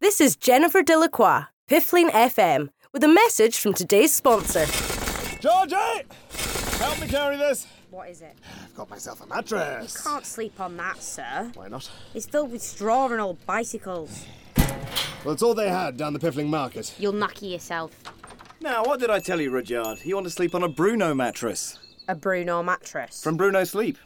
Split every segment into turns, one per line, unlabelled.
This is Jennifer Delacroix, Piffling FM, with a message from today's sponsor.
Georgie! Help me carry this.
What is it?
I've got myself a mattress.
Can't sleep on that, sir.
Why not?
It's filled with straw and old bicycles.
Well, it's all they had down the Piffling Market.
You'll knacky yourself.
Now, what did I tell you, Rudyard? You want to sleep on a Bruno mattress
A Bruno mattress.
from Bruno Sleep.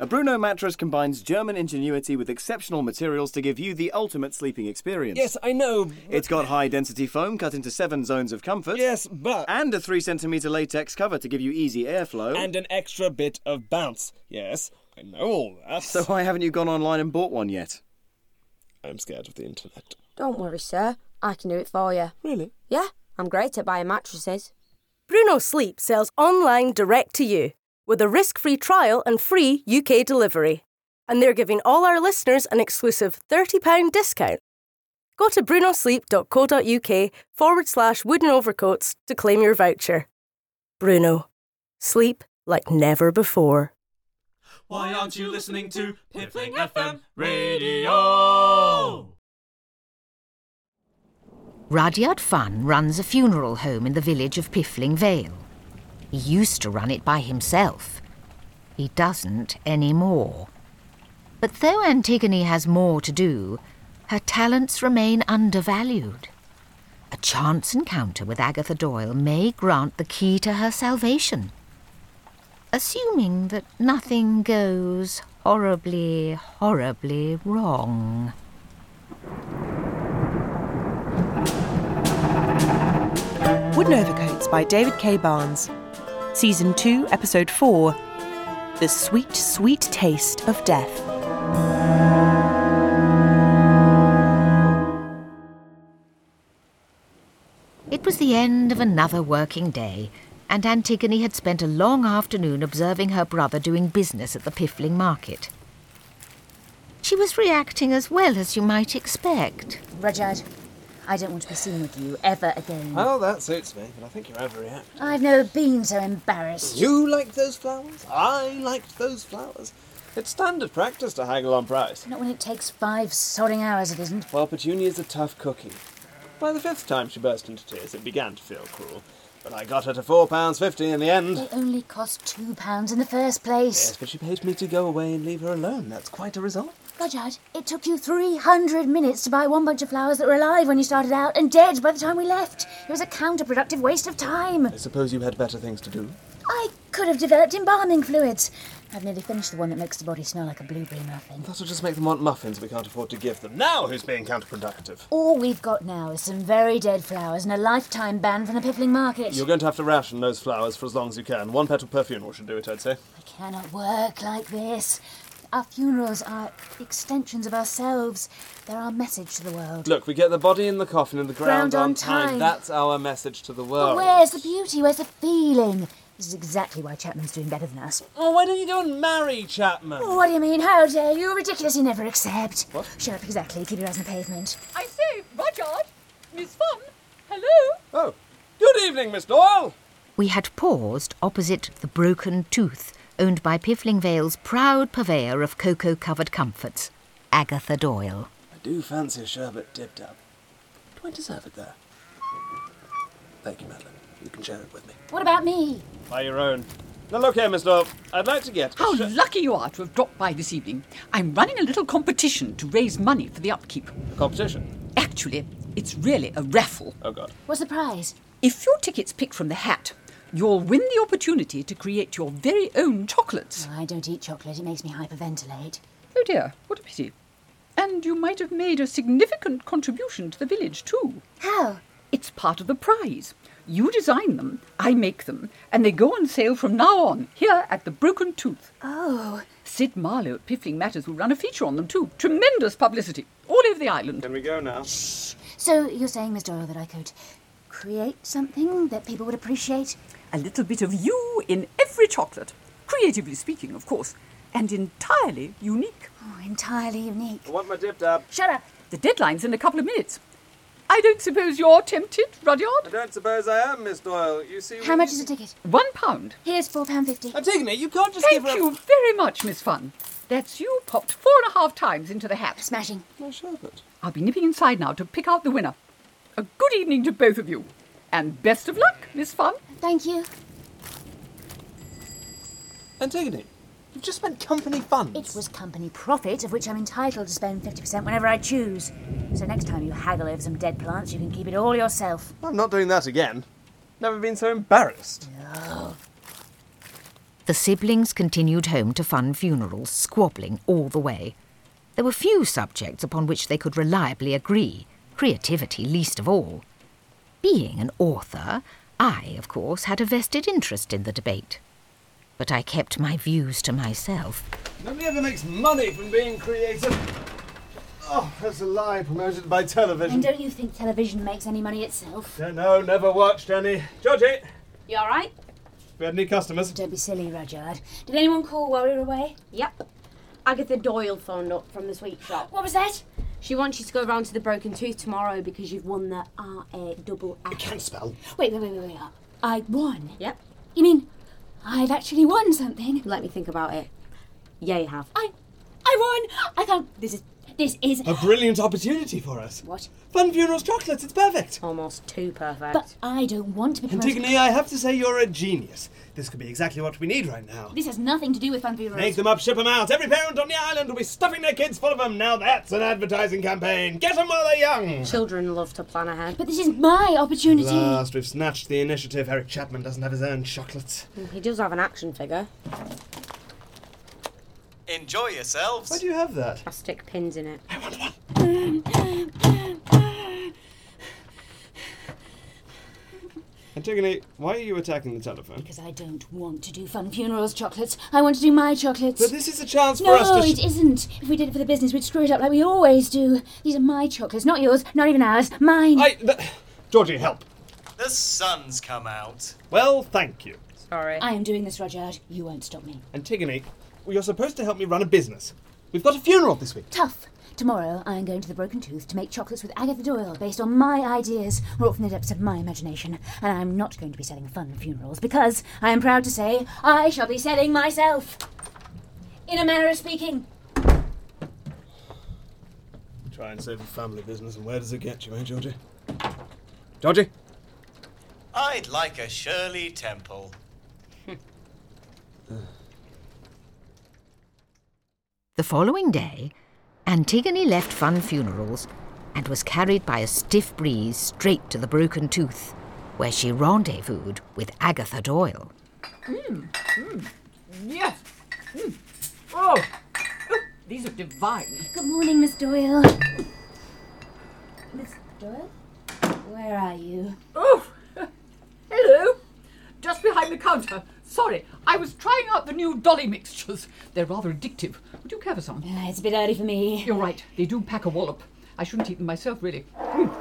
A Bruno mattress combines German ingenuity with exceptional materials to give you the ultimate sleeping experience.
Yes, I know.
It's got high density foam cut into seven zones of comfort.
Yes, but.
And a 3 centimetre latex cover to give you easy airflow.
And an extra bit of bounce. Yes, I know all that.
so, why haven't you gone online and bought one yet?
I'm scared of the internet.
Don't worry, sir. I can do it for you.
Really?
Yeah, I'm great at buying mattresses.
Bruno Sleep sells online direct to you with a risk free trial and free UK delivery. And they're giving all our listeners an exclusive £30 discount. Go to brunosleep.co.uk forward slash wooden overcoats to claim your voucher. Bruno, sleep like never before.
Why aren't you listening to Piffling FM Radio?
Rudyard Funn runs a funeral home in the village of Piffling Vale. He used to run it by himself. He doesn't anymore. But though Antigone has more to do, her talents remain undervalued. A chance encounter with Agatha Doyle may grant the key to her salvation. Assuming that nothing goes horribly, horribly wrong.
Wooden Overcoats by David K. Barnes. Season 2, Episode 4 The Sweet, Sweet Taste of Death.
It was the end of another working day, and Antigone had spent a long afternoon observing her brother doing business at the Piffling Market. She was reacting as well as you might expect.
Rudyard, I don't want to be seen with you ever again.
Well, that suits me, but I think you're overreacting.
I've never been so embarrassed.
You liked those flowers? I liked those flowers. It's standard practice to haggle on price.
Not when it takes five sodding hours, it isn't.
Well, Petunia's a tough cookie. By the fifth time she burst into tears, it began to feel cruel. But I got her to four pounds fifty in the end.
They only cost two pounds in the first place.
Yes, but she paid me to go away and leave her alone. That's quite a result.
Rudyard, it took you 300 minutes to buy one bunch of flowers that were alive when you started out and dead by the time we left. It was a counterproductive waste of time.
I suppose you had better things to do.
I could have developed embalming fluids. I've nearly finished the one that makes the body smell like a blueberry muffin.
That'll just make them want muffins we can't afford to give them. Now who's being counterproductive?
All we've got now is some very dead flowers and a lifetime ban from the piffling market.
You're going to have to ration those flowers for as long as you can. One petal per funeral should do it, I'd say.
I cannot work like this. Our funerals are extensions of ourselves. They're our message to the world.
Look, we get the body in the coffin and the ground,
Ground on
on time.
time.
That's our message to the
But
world.
where's the beauty? Where's the feeling? This is exactly why Chapman's doing better than us.
Oh, why don't you go and marry Chapman?
What do you mean? How dare you? Ridiculous, you never accept. What? Shut up, exactly. Keep your eyes on the pavement.
I say, Rudyard, Miss Fun, hello?
Oh, good evening, Miss Doyle.
We had paused opposite the Broken Tooth, owned by Piffling Vale's proud purveyor of cocoa covered comforts, Agatha Doyle.
I do fancy a sherbet dipped up. Do I deserve it, though? Thank you, Madeline. You can share it with me.
What about me?
By your own. Now look here, Miss Doyle. I'd like to get.
How lucky you are to have dropped by this evening. I'm running a little competition to raise money for the upkeep.
competition.
Actually, it's really a raffle.
Oh God.
What's the prize?
If your ticket's picked from the hat, you'll win the opportunity to create your very own chocolates.
Oh, I don't eat chocolate. It makes me hyperventilate.
Oh dear, what a pity. And you might have made a significant contribution to the village, too.
How?
It's part of the prize. You design them, I make them, and they go on sale from now on, here at the Broken Tooth.
Oh,
Sid Marlowe at Piffling Matters will run a feature on them too. Tremendous publicity all over the island.
Can we go now?
so you're saying, Miss Doyle, that I could create something that people would appreciate?
A little bit of you in every chocolate. Creatively speaking, of course, and entirely unique.
Oh, entirely unique.
I want my dipped up.
Shut up.
The deadline's in a couple of minutes. I don't suppose you're tempted, Rudyard?
don't suppose I am, Miss Doyle. You see.
How much is a ticket?
One pound.
Here's four pound fifty.
Antigone, you can't just
Thank
give her.
you very much, Miss Fun. That's you popped four and a half times into the hat.
Smashing.
My sherbet.
I'll be nipping inside now to pick out the winner. A good evening to both of you. And best of luck, Miss Fun.
Thank you.
Antigone, you've just spent company funds.
It was company profit, of which I'm entitled to spend 50% whenever I choose. So next time you haggle over some dead plants, you can keep it all yourself.
I'm not doing that again. Never been so embarrassed.
The siblings continued home to Fun Funerals, squabbling all the way. There were few subjects upon which they could reliably agree, creativity least of all. Being an author, I, of course, had a vested interest in the debate. But I kept my views to myself.
Nobody ever makes money from being creative. Oh, that's a lie promoted by television.
And don't you think television makes any money itself?
No, no, never watched any. Georgie,
You alright?
we had any customers?
Don't be silly, Rudyard. Did anyone call while we were away? Yep.
Agatha Doyle phoned up from the sweet shop.
What was that?
She wants you to go round to the Broken Tooth tomorrow because you've won the R A double I
can't spell.
Wait, wait, wait, wait, wait. I won?
Yep.
You mean I've actually won something?
Let me think about it. Yeah, you have.
I I won! I can't this is this is
A brilliant opportunity for us.
What?
Fun funerals chocolates, it's perfect.
Almost too perfect.
But I don't want to be promoted.
Antigone, I have to say you're a genius. This could be exactly what we need right now.
This has nothing to do with fun funerals.
Make them up, ship them out. Every parent on the island will be stuffing their kids full of them. Now that's an advertising campaign. Get them while they're young.
Children love to plan ahead.
But this is my opportunity.
Last, we've snatched the initiative. Eric Chapman doesn't have his own chocolates.
He does have an action figure.
Enjoy yourselves.
Why do you have that?
I stick pins in it.
Antigone, why are you attacking the telephone?
Because I don't want to do fun funerals chocolates. I want to do my chocolates.
But this is a chance for
no,
us to.
it isn't. If we did it for the business, we'd screw it up like we always do. These are my chocolates, not yours, not even ours, mine.
I. Th- Georgie, help.
The sun's come out.
Well, thank you.
Sorry.
I am doing this, Rudyard. You won't stop me.
Antigone, well, you're supposed to help me run a business. We've got a funeral this week.
Tough. Tomorrow, I am going to the Broken Tooth to make chocolates with Agatha Doyle based on my ideas, wrought from the depths of my imagination. And I'm not going to be selling fun funerals because I am proud to say I shall be selling myself. In a manner of speaking.
Try and save a family business, and where does it get you, eh, Georgie? Georgie?
I'd like a Shirley Temple.
The following day, Antigone left Fun Funerals and was carried by a stiff breeze straight to the Broken Tooth, where she rendezvoused with Agatha Doyle.
Hmm, Yes. Mm. Oh. oh, these are divine.
Good morning, Miss Doyle. Miss Doyle? Where are you?
Oh, hello. Just behind the counter. Sorry, I was trying out the new dolly mixtures. They're rather addictive. Would you care for some?
Ah, it's a bit early for me.
You're right, they do pack a wallop. I shouldn't eat them myself, really. Mm.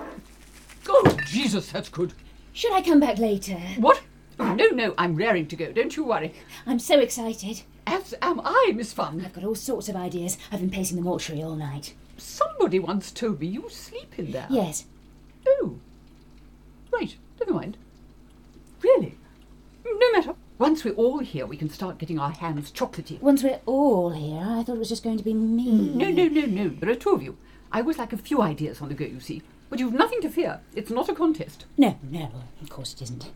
Oh, Jesus, that's good.
Should I come back later?
What? Oh, no, no, I'm raring to go. Don't you worry.
I'm so excited.
As am I, Miss Fun.
I've got all sorts of ideas. I've been pacing the mortuary all night.
Somebody once told me you sleep in there.
Yes.
Oh. Right, never mind. Really? No matter. Once we're all here, we can start getting our hands chocolatey.
Once we're all here, I thought it was just going to be me.
No, no, no, no. There are two of you. I always like a few ideas on the go, you see. But you've nothing to fear. It's not a contest.
No, no, of course it isn't.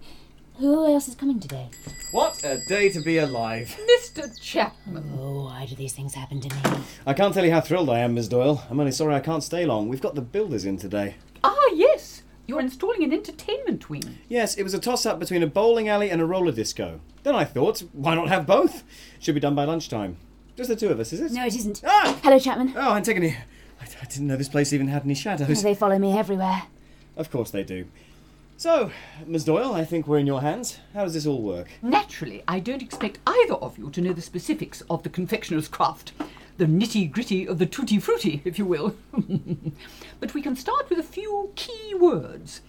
Who else is coming today?
What a day to be alive.
Mr. Chapman.
Oh, why do these things happen to me?
I can't tell you how thrilled I am, Miss Doyle. I'm only sorry I can't stay long. We've got the builders in today.
Ah, yes. You're installing an entertainment wing.
Yes, it was a toss up between a bowling alley and a roller disco. Then I thought, why not have both? Should be done by lunchtime. Just the two of us, is it?
No, it isn't.
Ah!
Hello, Chapman.
Oh, Antigone. I, I didn't know this place even had any shadows.
They follow me everywhere.
Of course they do. So, Miss Doyle, I think we're in your hands. How does this all work?
Naturally, I don't expect either of you to know the specifics of the confectioner's craft, the nitty gritty of the tutti frutti, if you will. but we can start with a few key words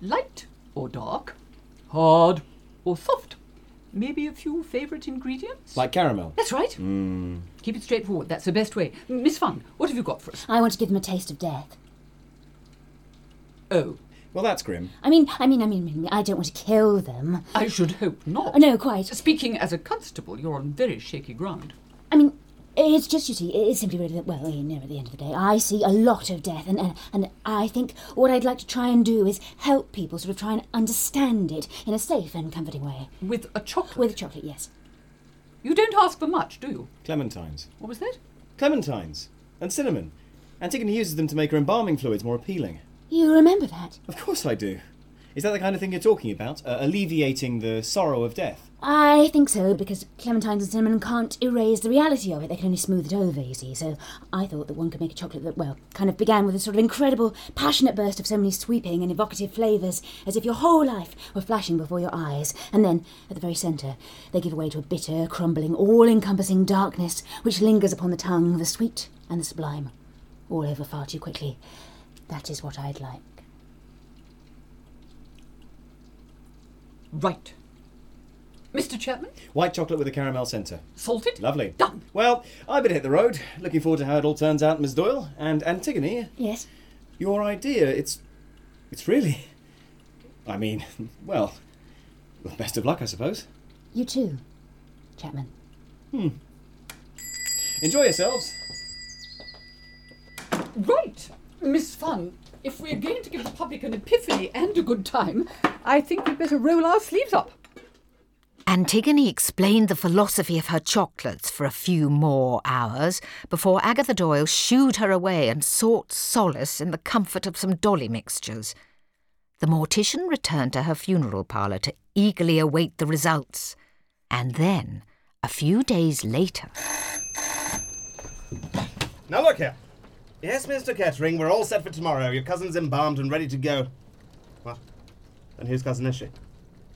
light or dark, hard or soft, maybe a few favourite ingredients.
Like caramel. Hmm,
That's right. Keep it straightforward, that's the best way. Miss Fun, what have you got for us?
I want to give them a taste of death.
Oh,
Well, that's grim.
I mean, I mean, I mean, I mean, I don't want to kill them. Oh,
I should hope not.
No, quite.
Speaking as a constable, you're on very shaky ground.
I mean, It's just, you see, it's simply really that, well, you know, at the end of the day, I see a lot of death, and, and, and I think what I'd like to try and do is help people sort of try and understand it in a safe and comforting way.
With a chocolate?
With a chocolate, yes.
You don't ask for much, do you?
Clementines.
What was that?
Clementines. And cinnamon. Antigone uses them to make her embalming fluids more appealing.
You remember that?
Of course I do. Is that the kind of thing you're talking about? Uh, alleviating the sorrow of death?
I think so, because clementines and cinnamon can't erase the reality of it. They can only smooth it over, you see. So I thought that one could make a chocolate that, well, kind of began with a sort of incredible, passionate burst of so many sweeping and evocative flavours, as if your whole life were flashing before your eyes. And then, at the very centre, they give way to a bitter, crumbling, all encompassing darkness which lingers upon the tongue, the sweet and the sublime, all over far too quickly. That is what I'd like.
Right. Mr. Chapman?
White chocolate with a caramel centre.
Salted?
Lovely.
Done.
Well, I better hit the road. Looking forward to how it all turns out, Miss Doyle. And Antigone,
Yes?
your idea, it's. it's really. I mean, well. Best of luck, I suppose.
You too, Chapman.
Enjoy yourselves.
Right. Miss Fun, if we're going to give the public an epiphany and a good time, I think we'd better roll our sleeves up.
Antigone explained the philosophy of her chocolates for a few more hours before Agatha Doyle shooed her away and sought solace in the comfort of some dolly mixtures. The mortician returned to her funeral parlour to eagerly await the results. And then, a few days later,
Now look here. Yes, Mr. Kettering, we're all set for tomorrow. Your cousin's embalmed and ready to go. Well, then whose cousin is she?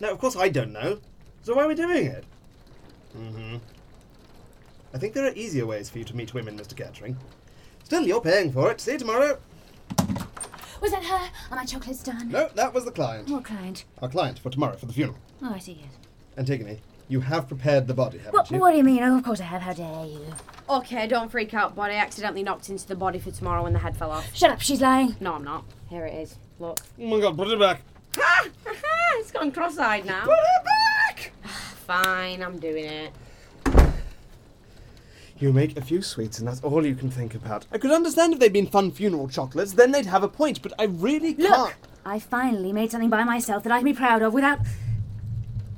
No, of course I don't know. So why are we doing it? Mm-hmm. I think there are easier ways for you to meet women, Mr. Kettering. Still, you're paying for it. See you tomorrow.
Was that her? Are my chocolates done?
No, that was the client.
What client?
Our client for tomorrow, for the funeral.
Oh, I see, yes.
Antigone, you have prepared the body, haven't
What,
you?
what do you mean? Oh, of course I have. How dare you?
Okay, don't freak out, but I accidentally knocked into the body for tomorrow when the head fell off.
Shut up, she's lying.
No, I'm not. Here it is. Look.
Oh my god, put it back.
Ah! it's gone cross-eyed now.
Put it back!
Fine, I'm doing it.
You make a few sweets, and that's all you can think about. I could understand if they'd been fun funeral chocolates, then they'd have a point, but I really
Look!
can't.
I finally made something by myself that I can be proud of without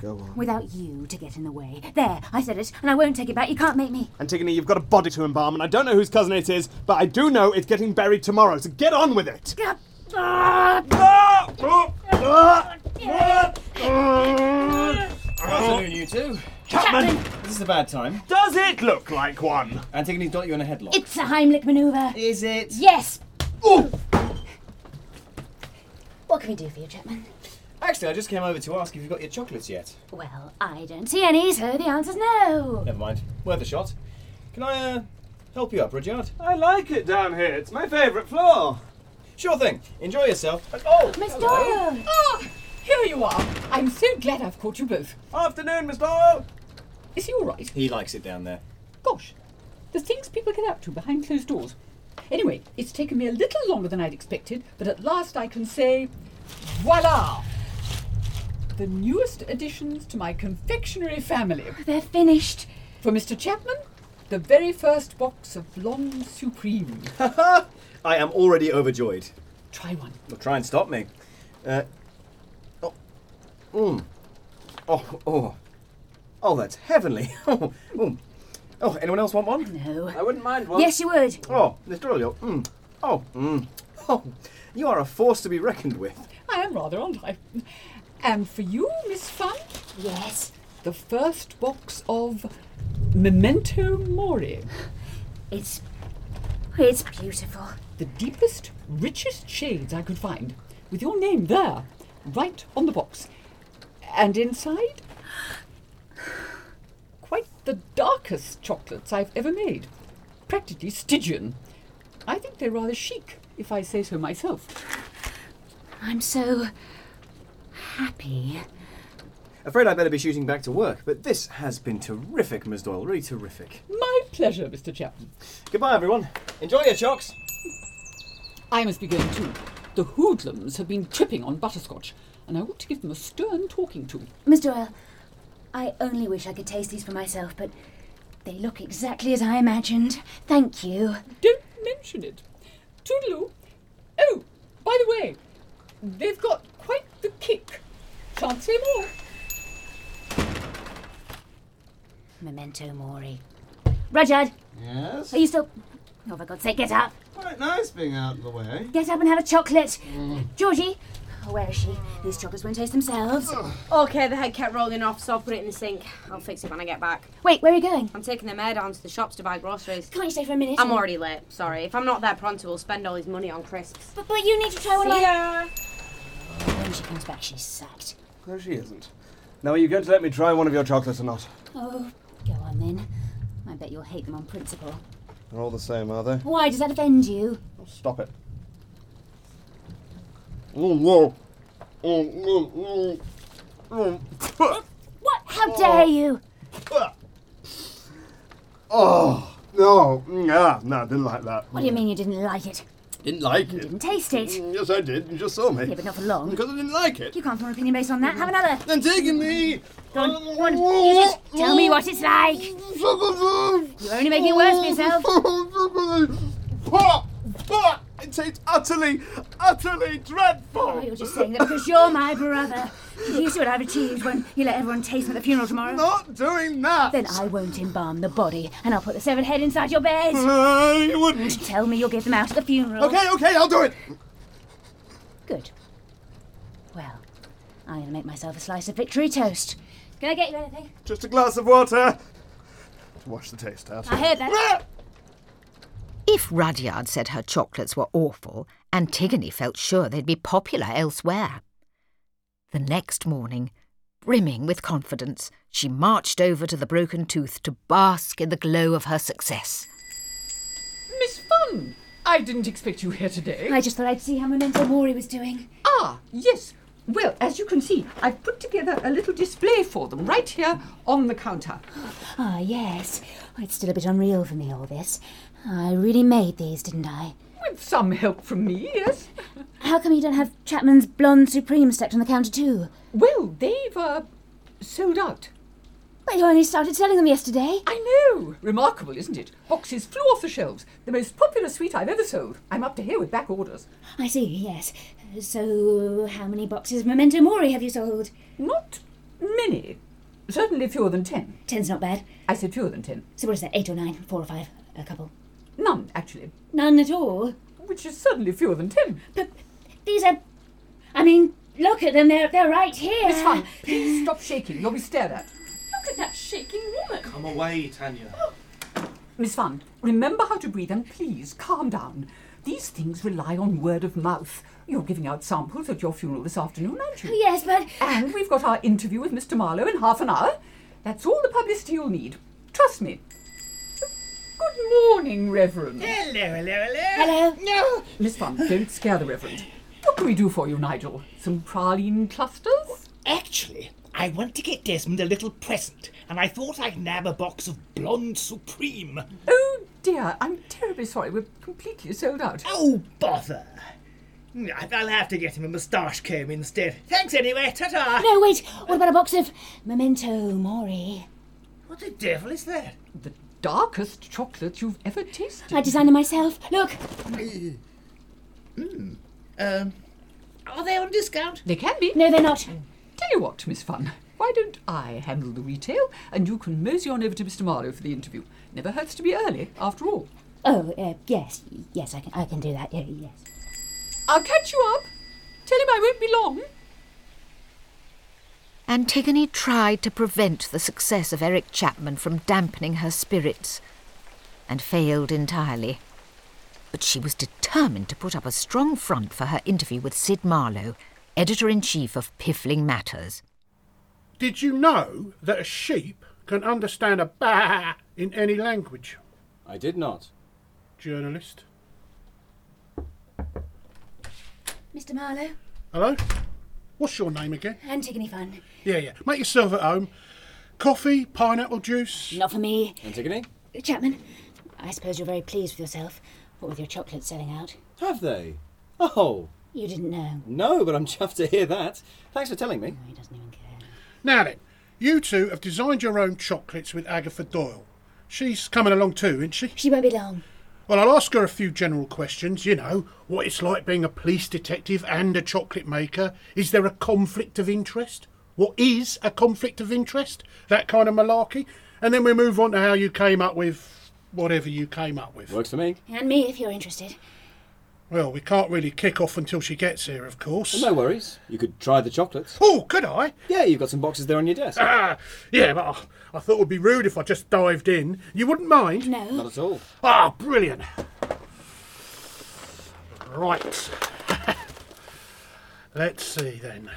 Go on.
without you to get in the way. There, I said it, and I won't take it back. You can't make me.
Antigone, you've got a body to embalm, and I don't know whose cousin it is, but I do know it's getting buried tomorrow, so get on with it!
Ah, ah,
Ah! Ah! Ah! Ah! Ah!
Good afternoon, you two.
Chapman,
This is a bad time.
does it look like one?
Antigone's got you in a headlock.
It's a Heimlich maneuver.
Is it?
Yes.
Ooh!
What can we do for you, Chapman?
Actually, I just came over to ask if you've got your chocolates yet.
Well, I don't see any, so the answer's no.
Never mind. Worth a shot. Can I, uh, help you up, Rudyard?
I like it down here. It's my favourite floor.
Sure thing. Enjoy yourself. And- Oh!
Miss
hello.
Doyle.
Ah, here you are. I'm so glad I've caught you both.
Afternoon, Miss Doyle.
Is he all right?
He likes it down there.
Gosh, the things people get up to behind closed doors. Anyway, it's taken me a little longer than I'd expected, but at last I can say, voila! The newest additions to my confectionery family.
Oh, They're finished.
For Mr. Chapman, the very first box of Blonde Supreme.
I am already overjoyed.
Try one.
Well, try and stop me. Uh, oh, mm. oh, oh, oh, that's heavenly. Oh, mm. oh, anyone else want one?
No.
I wouldn't mind one.
Yes, you would.
Oh, Miss Doyle, you're- mm. oh, mm. oh, you are a force to be reckoned with.
I am rather, aren't I? And for you, Miss Fun,
Yes.
the first box of Memento Mori.
It's it's beautiful.
the deepest, richest shades I could find, with your name there, right on the box. And inside, quite the darkest chocolates I've ever made. Practically Stygian. I think they're rather chic, if I say so myself.
I'm so happy.
Afraid I better be shooting back to work, but this has been terrific, Ms. Doyle. Really terrific.
My pleasure, Mr. Chapman.
Goodbye, everyone. Enjoy your chocks.
I must be going too. The hoodlums have been tripping on butterscotch, and I ought to give them a stern talking to.
Miss Doyle, I only wish I could taste these for myself, but They look exactly as I imagined. Thank you.
Don't mention it. Toodaloo. Oh, by the way, they've got quite the kick. Can't say more.
Memento mori. Rudyard,
Yes?
are you still. Oh, for God's sake, get up!
Quite nice being out of the way.
Get up and have a chocolate!
Mm.
Georgie! Oh, where is she? These chocolates won't taste themselves.
Okay, the head kept rolling off, so I'll put it in the sink. I'll fix it when I get back.
Wait, where are you going?
I'm taking the mayor down to the shops to buy groceries.
Can't you stay for a minute?
I'm already late, sorry. If I'm not there pronto, we'll spend all his money on crisps.
But, but you need to try one
See
of
ya.
my. When she comes back, she's sacked.
No, she isn't. Now, are you going to let me try one of your chocolates or not?
Oh, go on then. I bet you'll hate them on principle.
They're all the same, are they? Oh,
Why does that offend you?
Stop it. Mm,
What? How dare you?
Oh, no. Yeah, no, didn't like that.
What do you mean you didn't like it?
Didn't like it. Mm,
Didn't taste it?
Yes, I did. You just saw me.
Yeah, but not for long.
Because I didn't like it.
You can't form an opinion based on that. Have another.
Then taking me. Uh,
Go on, go on. Eat it. Tell me what it's like. You're only making it worse for yourself.
It tastes utterly, utterly dreadful.
Oh, you're just saying that because you're my brother. Did you see what I've achieved when you let everyone taste me at the funeral tomorrow?
Not doing that.
Then I won't embalm the body, and I'll put the severed head inside your bed.
No, you wouldn't.
Tell me you'll give them out at the funeral.
Okay, okay, I'll do it.
Good. Well, I'm going to make myself a slice of victory toast. Can I get you anything?
Just a glass of water to wash the taste out.
I heard that.
If Rudyard said her chocolates were awful, Antigone felt sure they'd be popular elsewhere. The next morning, brimming with confidence, she marched over to the Broken Tooth to bask in the glow of her success.
Miss Fun, I didn't expect you here today.
I just thought I'd see how Memento Mori was doing.
Ah, yes. Well, as you can see, I've put together a little display for them right here on the counter.
Ah, yes. It's still a bit unreal for me, all this. I really made these, didn't I?
With some help from me, yes.
How come you don't have Chapman's Blonde Supreme stacked on the counter, too?
Well, they've uh, sold out.
They only started selling them yesterday.
I know. Remarkable, isn't it? Boxes flew off the shelves. The most popular sweet I've ever sold. I'm up to here with back orders.
I see, yes. So, how many boxes of Memento Mori have you sold?
Not many. Certainly fewer than ten.
Ten's not bad.
I said fewer than ten.
So, what is that, eight or nine? Four or five? A couple?
None, actually.
None at all.
Which is certainly fewer than ten.
But these are. I mean, look at them, they're, they're right here.
Miss Fun, please stop shaking. You'll be stared at.
Look at that shaking woman.
Come away, Tanya.
Miss Fun, remember how to breathe and please calm down. These things rely on word of mouth. You're giving out samples at your funeral this afternoon, aren't you?
Yes, but.
And we've got our interview with Mr. Marlowe in half an hour. That's all the publicity you'll need. Trust me. Good morning, Reverend.
Hello? No!
Miss Fun, don't scare the Reverend. What can we do for you, Nigel? Some praline clusters?
Actually, I want to get Desmond a little present, and I thought I'd nab a box of Blonde Supreme.
Oh dear, I'm terribly sorry. We're completely sold out.
Oh, bother! I- I'll have to get him a moustache comb instead. Thanks anyway, ta ta!
No, wait, what about a box of Memento Mori?
What the devil is that?
The darkest chocolate you've ever tasted.
I designed them myself. Look! Hmm.
Um, are they on discount?
They can be.
No, they're not.
Tell you what, Miss Fun, why don't I handle the retail and you can mosey on over to Mr. Marlowe for the interview? Never hurts to be early, after all.
Oh, uh, yes, yes, I can, I can do that, yeah, yes.
I'll catch you up. Tell him I won't be long.
Antigone tried to prevent the success of Eric Chapman from dampening her spirits, and failed entirely. But she was determined to put up a strong front for her interview with Sid Marlowe, editor in chief of Piffling Matters.
Did you know that a sheep can understand a ba in any language?
I did not.
Journalist.
Mr. Marlowe,
Hello? What's your name again?
Antigone Fun.
Yeah, yeah. Make yourself at home. Coffee, pineapple juice.
Not for me.
Antigone?
Chapman, I suppose you're very pleased with yourself, what with your chocolate selling out.
Have they? Oh,
You didn't know.
no, but I'm chuffed to hear that. Thanks for telling me.
He doesn't even care.
Now then, you two have designed your own chocolates with Agatha Doyle. She's coming along too, isn't she?
She won't be long.
Well, I'll ask her a few general questions. You know, what it's like being a police detective and a chocolate maker. Is there a conflict of interest? What is a conflict of interest? That kind of malarkey. And then we move on to how you came up with whatever you came up with.
Works for me.
And me, if you're interested.
Well, we can't really kick off until she gets here, of course.
Well, no worries. You could try the chocolates.
Oh, could I?
Yeah, you've got some boxes there on your desk.
Ah, yeah, but I, I thought it would be rude if I just dived in. You wouldn't mind?
No.
Not at all.
Ah, brilliant. Right. Let's see then.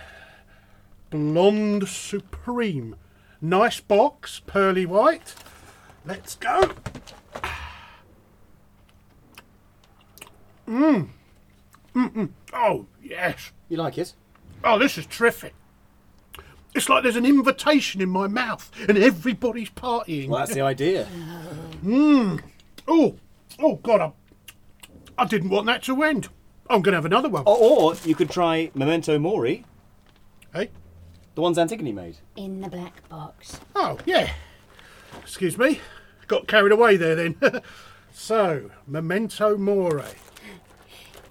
Blonde Supreme. Nice box, pearly white. Let's go. Mmm. Mm-mm. Oh, yes.
You like it?
Oh, this is terrific. It's like there's an invitation in my mouth and everybody's partying.
Well, that's the idea.
Mmm. Oh, oh, God, I, I didn't want that to end. I'm going to have another one.
Or, Oh, or you could try Memento Mori.
Hey?
The ones Antigone made.
In the black box.
Oh, yeah. Excuse me. Got carried away there then. so, Memento Mori.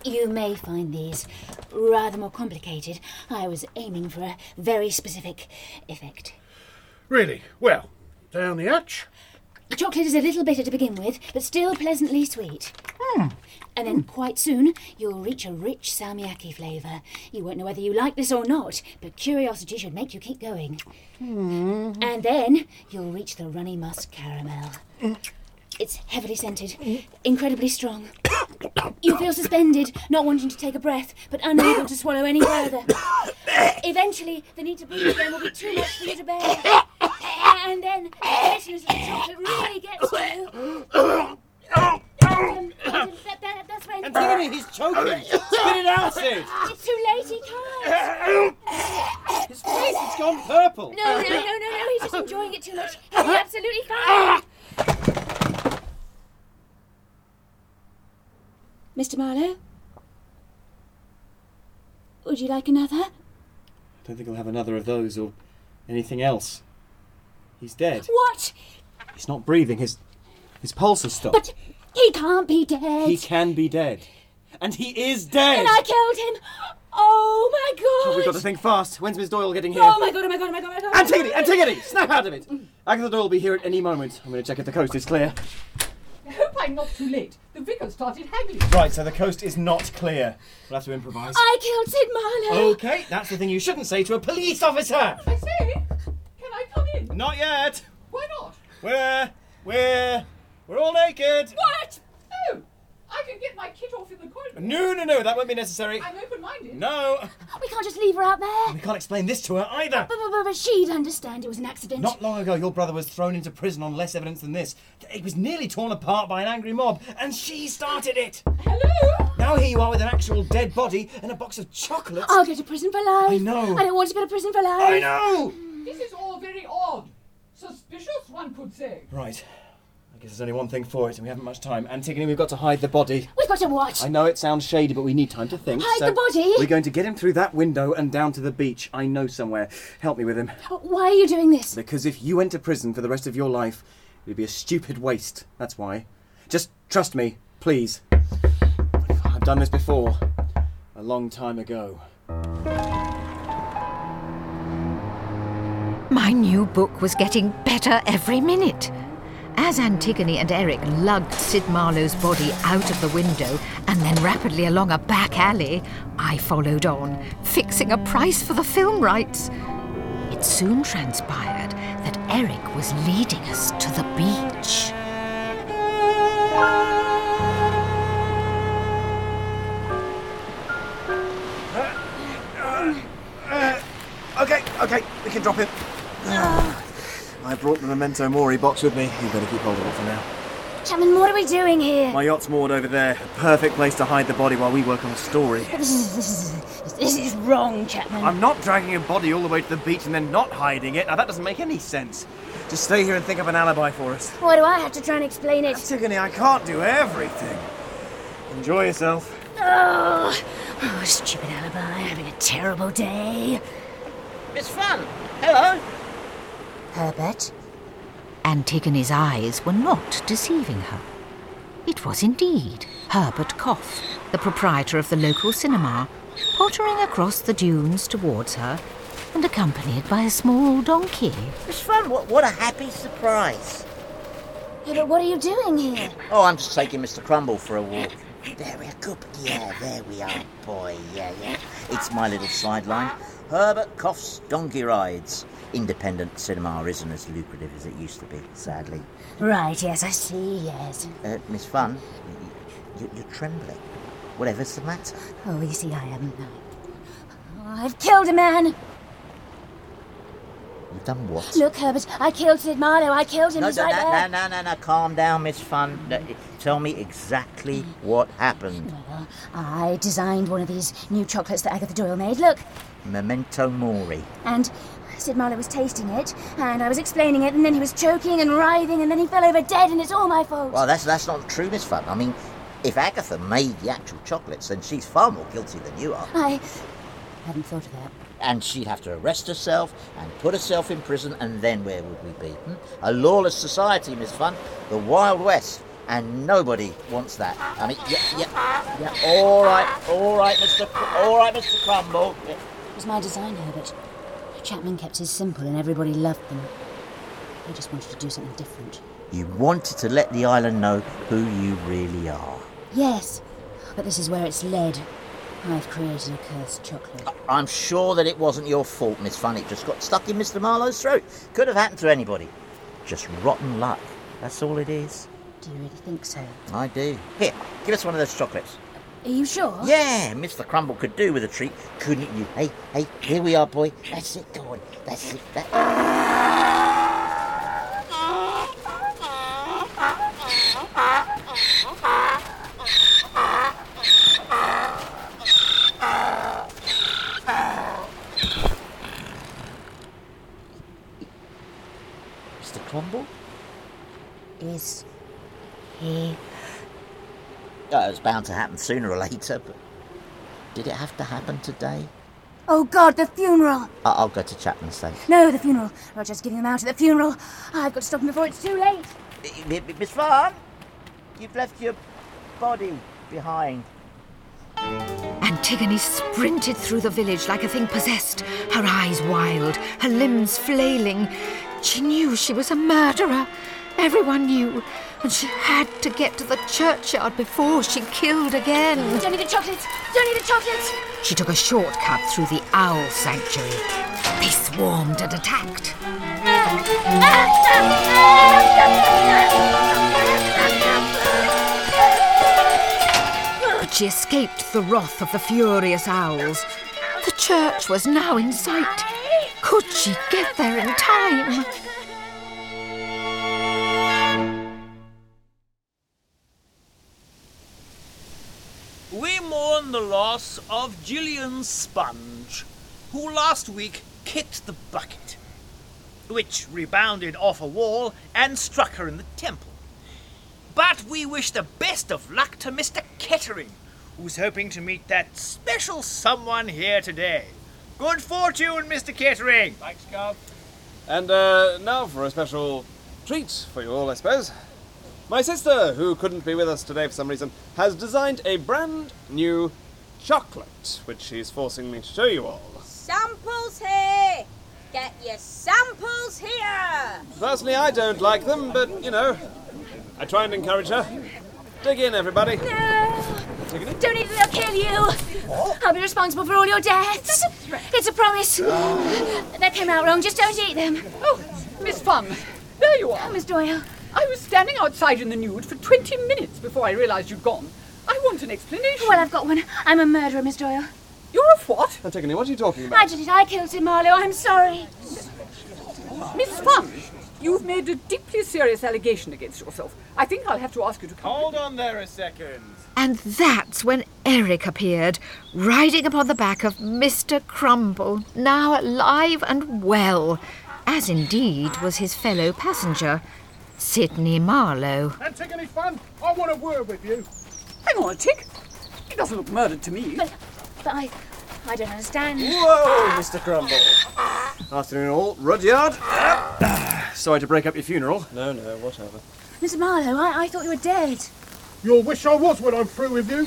You may find these rather more complicated. I was aiming for a very specific effect.
Really? Well, down the hatch.
The chocolate is a little bitter to begin with, but still pleasantly sweet. And then quite soon, you'll reach a rich salmiakki flavour. You won't know whether you like this or not, but curiosity should make you keep going.
Hmm.
And then you'll reach the runny musk caramel. It's heavily scented, incredibly strong. You feel suspended, not wanting to take a breath, but unable to swallow any further. Eventually, the need to breathe again will be too much for you to bear. And then, the bitterness of the chocolate really gets to you. Um, Adam, that- that- that's when...
Antigone, he's choking. Spit it out, Sid.
It's too late, he can't.
His face has gone purple.
No, no, no, no, no, he's just enjoying it too much. He'll be absolutely fine. Mr. Marlowe? Would you like another?
Don't think he'll have another of those or anything else. He's dead.
What?
He's not breathing. His his pulse has stopped.
But he can't be dead.
he can be dead, and he is dead.
And I killed him. Oh my god.
Oh, we've got to think fast. When's Miss Doyle getting here?
Oh my god, oh my god, oh my god, oh my god.
Antigone! Antigone! Snap out of it! Agatha Doyle will be here at any moment. I'm going to check if the coast is clear.
I hope I'm not too late. The vicar started haggling.
Right, so the coast is not clear. We'll have to improvise.
I killed Sid Marlowe.
Okay, that's the thing you shouldn't say to a police officer.
I say, can I come in?
Not yet.
Why not?
We're we're we're all naked.
What? Oh, I can get my kit off in the corridor.
No, no, no. That won't be necessary.
I'm open-minded.
No,
We can't just leave her out there.
we can't explain this to her either.
But, but, but, but she'd understand it was an accident.
Not long ago, your brother was thrown into prison on less evidence than this. It was nearly torn apart by an angry mob, and she started it.
Hello?
Now here you are with an actual dead body and a box of chocolates.
I'll go to prison for life.
I know.
I don't want to go to prison for life.
I know.
This is all very odd. Suspicious, one could say.
Right. I guess there's only one thing for it, and we haven't much time. Antigone, we've got to hide the body.
We've got to watch.
I know it sounds shady, but we need time to think.
Hide
so
the body?
We're going to get him through that window and down to the beach. I know somewhere. Help me with him.
Why are you doing this?
Because if you went to prison for the rest of your life, it'd be a stupid waste. That's why. Just trust me, please. I've done this before. A long time ago.
My new book was getting better every minute. As Antigone and Eric lugged Sid Marlowe's body out of the window and then rapidly along a back alley, I followed on, fixing a price for the film rights. It soon transpired that Eric was leading us to the beach.
Okay, okay, we can drop him. I brought the Memento Mori box with me. You better keep hold of it for now.
Chapman, what are we doing here?
My yacht's moored over there. A perfect place to hide the body while we work on the story.
This is, this is, this is wrong, Chapman.
I'm not dragging a body all the way to the beach and then not hiding it. Now that doesn't make any sense. Just stay here and think of an alibi for us.
Why do I have to try and explain it?
Antigone, I can't do everything. Enjoy yourself.
Oh, oh, stupid alibi, having a terrible day.
It's fun. Hello.
Herbert?
Antigone's eyes were not deceiving her. It was indeed Herbert Koff, the proprietor of the local cinema, pottering across the dunes towards her and accompanied by a small donkey.
It's fun. What, what a happy surprise.
Yeah, but what are you doing here?
Oh, I'm just taking Mr. Crumble for a walk. There we are. Good. Yeah, there we are, boy. Yeah, yeah. It's my little sideline. Herbert Koff's Donkey Rides. Independent cinema isn't as lucrative as it used to be, sadly.
Right, yes, I see, yes.
Uh, Miss Fun, you, you're trembling. Whatever's the matter?
Oh, you see, I am. I've killed a man!
You've done what?
Look, Herbert, I killed Sid Marlowe. I killed him.
No,
He's
no,
right
no,
there.
no, no, no, no, calm down, Miss Fun. No, i- Tell me exactly what happened.
Well, I designed one of these new chocolates that Agatha Doyle made. Look,
Memento mori.
and Sid Marlowe was tasting it, and I was explaining it, and then he was choking and writhing, and then he fell over dead, and it's all my fault.
Well, that's that's not true, Miss Fun. I mean, if Agatha made the actual chocolates, then she's far more guilty than you are.
I hadn't thought of that.
And she'd have to arrest herself and put herself in prison, and then where would we be? hmm? A lawless society, Miss Fun. The Wild West. And nobody wants that. I mean, yeah, yeah, yeah. All right, all right, Mr. Cr- all right, Mr. Crumble. Yeah.
It was my design, Herbert. Chapman kept his simple, and everybody loved them. I just wanted to do something different.
You wanted to let the island know who you really are.
Yes, but this is where it's led. I've created a cursed chocolate.
I'm sure that it wasn't your fault, Miss Fun. It just got stuck in Mr. Marlowe's throat. Could have happened to anybody. Just rotten luck. That's all it is.
Do you really think so?
I do. Here, give us one of those chocolates.
Are you sure?
Yeah, Mr. Crumble could do with a treat, couldn't you? Hey, hey, here we are, boy. That's it, go on. That's it. That... Mr. Crumble?
Is he
Oh, it was bound to happen sooner or later, but did it have to happen today?
Oh God, the funeral!
I- I'll go to Chapman's then.
No, the funeral. Roger's giving them out at the funeral. I've got to stop him before it's too late.
M- m- Miss Farm, you've left your body behind.
Antigone sprinted through the village like a thing possessed, her eyes wild, her limbs flailing. She knew she was a murderer. Everyone knew. And she had to get to the churchyard before she killed again.
Don't eat the chocolates! Don't eat the chocolates!
She took a shortcut through the owl sanctuary. They swarmed and attacked. But she escaped the wrath of the furious owls. The church was now in sight. Could she get there in time?
We mourn the loss of Gillian Sponge, who last week kicked the bucket, which rebounded off a wall and struck her in the temple. But we wish the best of luck to Mr. Kettering, who's hoping to meet that special someone here today. Good fortune, Mr. Kettering! Thanks, Carl.
And uh, now for a special treat for you all, I suppose. My sister, who couldn't be with us today for some reason, has designed a brand new chocolate, which she's forcing me to show you all.
Samples here! Get your samples here!
Personally, I don't like them, but you know, I try and encourage her. Dig in, everybody. Digging in.
Don't eat it, they'll kill you! I'll be responsible for all your deaths. It's a promise. that came out wrong. Just don't eat them. Oh,
Oh, Miss Fun, there you are.
Miss Doyle.
I was standing outside in the nude for 20 minutes before I realised you'd gone. I want an explanation.
Well, I've got one. I'm a murderer, Miss Doyle.
You're a what?
Antigone, what are you talking about?
I did it. I killed Sid Marlowe. I'm sorry.
Miss Fun, you've made a deeply serious allegation against yourself. I think I'll have to ask you to come.
Hold on there a second.
And that's when Eric appeared, riding upon the back of Mr. Crumble, now alive and well, as indeed was his fellow passenger, Sidney Marlowe.
Antigone Fun, I want a word with you.
Hang on a tick. He doesn't look murdered to me.
But, but I, I don't understand.
Whoa, Mr. Crumble.
Afternoon all, Rudyard.
Sorry to break up your funeral.
Ah. No, no, whatever.
Mr. Marlowe, I, I thought you were dead.
You'll wish I was when I'm through with you.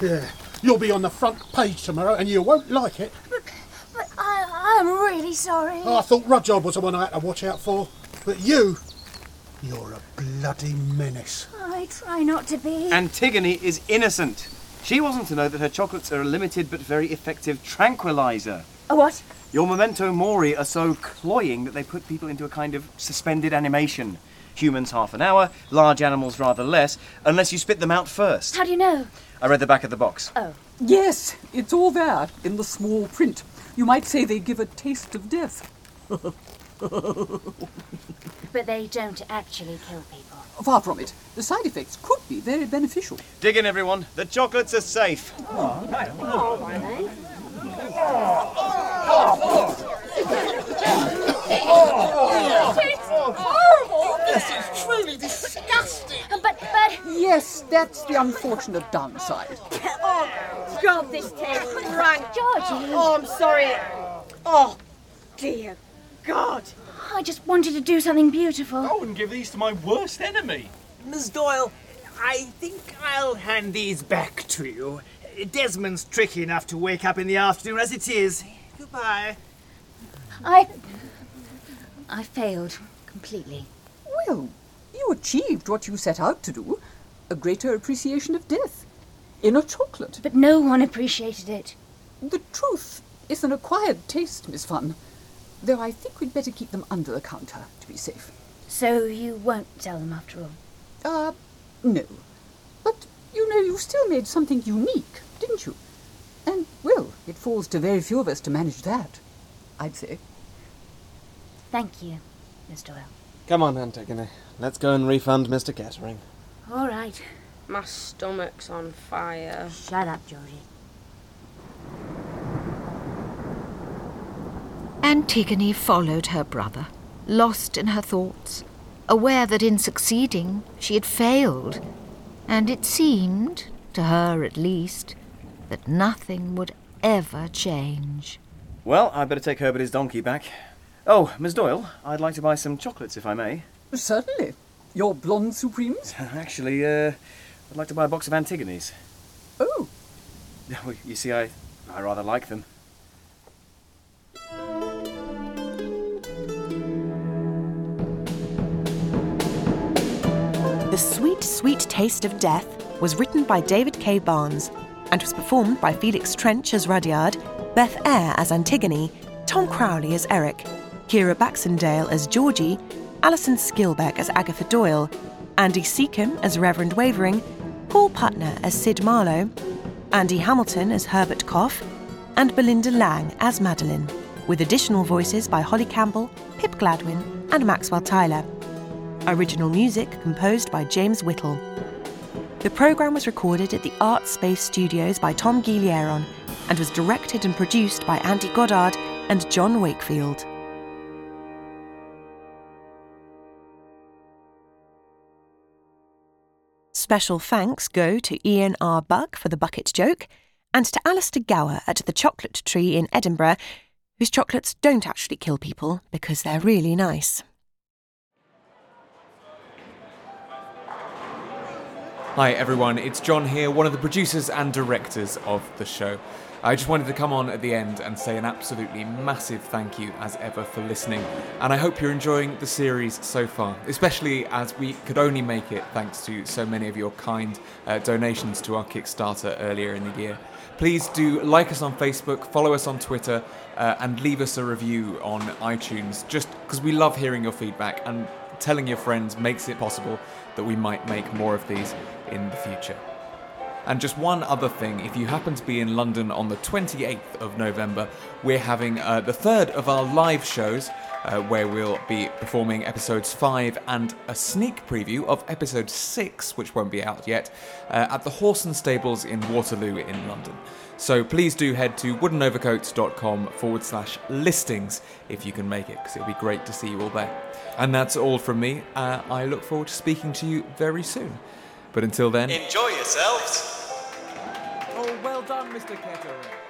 Yeah. You'll be on the front page tomorrow and you won't like it.
But I, I'm really sorry.
I thought Rudyard was the one I had to watch out for. But you, you're a bloody menace.
I try not to be.
Antigone is innocent. She wasn't to know that her chocolates are a limited but very effective tranquilizer.
A what?
Your memento mori are so cloying that they put people into a kind of suspended animation. Humans half an hour, large animals rather less, unless you spit them out first.
How do you know?
I read the back of the box.
Oh.
Yes, it's all there in the small print. You might say they give a taste of death.
But they don't actually kill people.
Far from it. The side effects could be very beneficial.
Dig in, everyone. The chocolates are safe.
Oh,
This is truly disgusting.
But, but.
Yes, that's the unfortunate downside.
Oh, God, this table's rank.
Georgie.
Oh, I'm sorry. Oh, dear God.
I just wanted to do something beautiful.
I wouldn't give these to my worst enemy.
Miss Doyle, I think I'll hand these back to you. Desmond's tricky enough to wake up in the afternoon as it is. Goodbye.
I. I failed completely.
Well, you achieved what you set out to do a greater appreciation of death in a chocolate.
But no one appreciated it.
The truth is an acquired taste, Miss Funn. Though I think we'd better keep them under the counter to be safe.
So you won't sell them after all?
Uh, no. But, you know, you still made something unique, didn't you? And, well, it falls to very few of us to manage that, I'd say.
Thank you, Miss Doyle.
Come on, Antigone. Let's go and refund Mr. Kettering.
All right.
My stomach's on fire.
Shut up, Georgie.
Antigone followed her brother, lost in her thoughts, aware that in succeeding she had failed, and it seemed, to her at least, that nothing would ever change.
Well, I'd better take Herbert his donkey back. Oh, Miss Doyle, I'd like to buy some chocolates if I may.
Certainly. Your blonde supremes?
Actually, uh, I'd like to buy a box of Antigone's.
Oh.
Well, You see, I, I rather like them.
The Sweet, Sweet Taste of Death was written by David K. Barnes and was performed by Felix Trench as Rudyard, Beth Eyre as Antigone, Tom Crowley as Eric, Kira Baxendale as Georgie, Alison Skilbeck as Agatha Doyle, Andy Seacombe as Reverend Wavering, Paul Putner as Sid Marlowe, Andy Hamilton as Herbert Koff, and Belinda Lang as Madeline, with additional voices by Holly Campbell, Pip Gladwin, and Maxwell Tyler. Original music composed by James Whittle. The programme was recorded at the Art Space Studios by Tom Guilleron and was directed and produced by Andy Goddard and John Wakefield. Special thanks go to Ian R. Buck for the bucket joke and to Alistair Gower at the Chocolate Tree in Edinburgh, whose chocolates don't actually kill people because they're really nice.
Hi everyone, it's John here, one of the producers and directors of the show. I just wanted to come on at the end and say an absolutely massive thank you, as ever, for listening. And I hope you're enjoying the series so far, especially as we could only make it thanks to so many of your kind uh, donations to our Kickstarter earlier in the year. Please do like us on Facebook, follow us on Twitter, uh, and leave us a review on iTunes, just because we love hearing your feedback and telling your friends makes it possible that we might make more of these in the future. And just one other thing, if you happen to be in London on the 28th of November, we're having uh, the third of our live shows uh, where we'll be performing episodes 5 and a sneak preview of episode 6, which won't be out yet, uh, at the Horse and Stables in Waterloo in London. So please do head to woodenovercoats.com forward slash listings if you can make it, because it'll be great to see you all there. And that's all from me. Uh, I look forward to speaking to you very soon. But until then.
Enjoy yourselves.
Oh, well done, Mr. Kettering.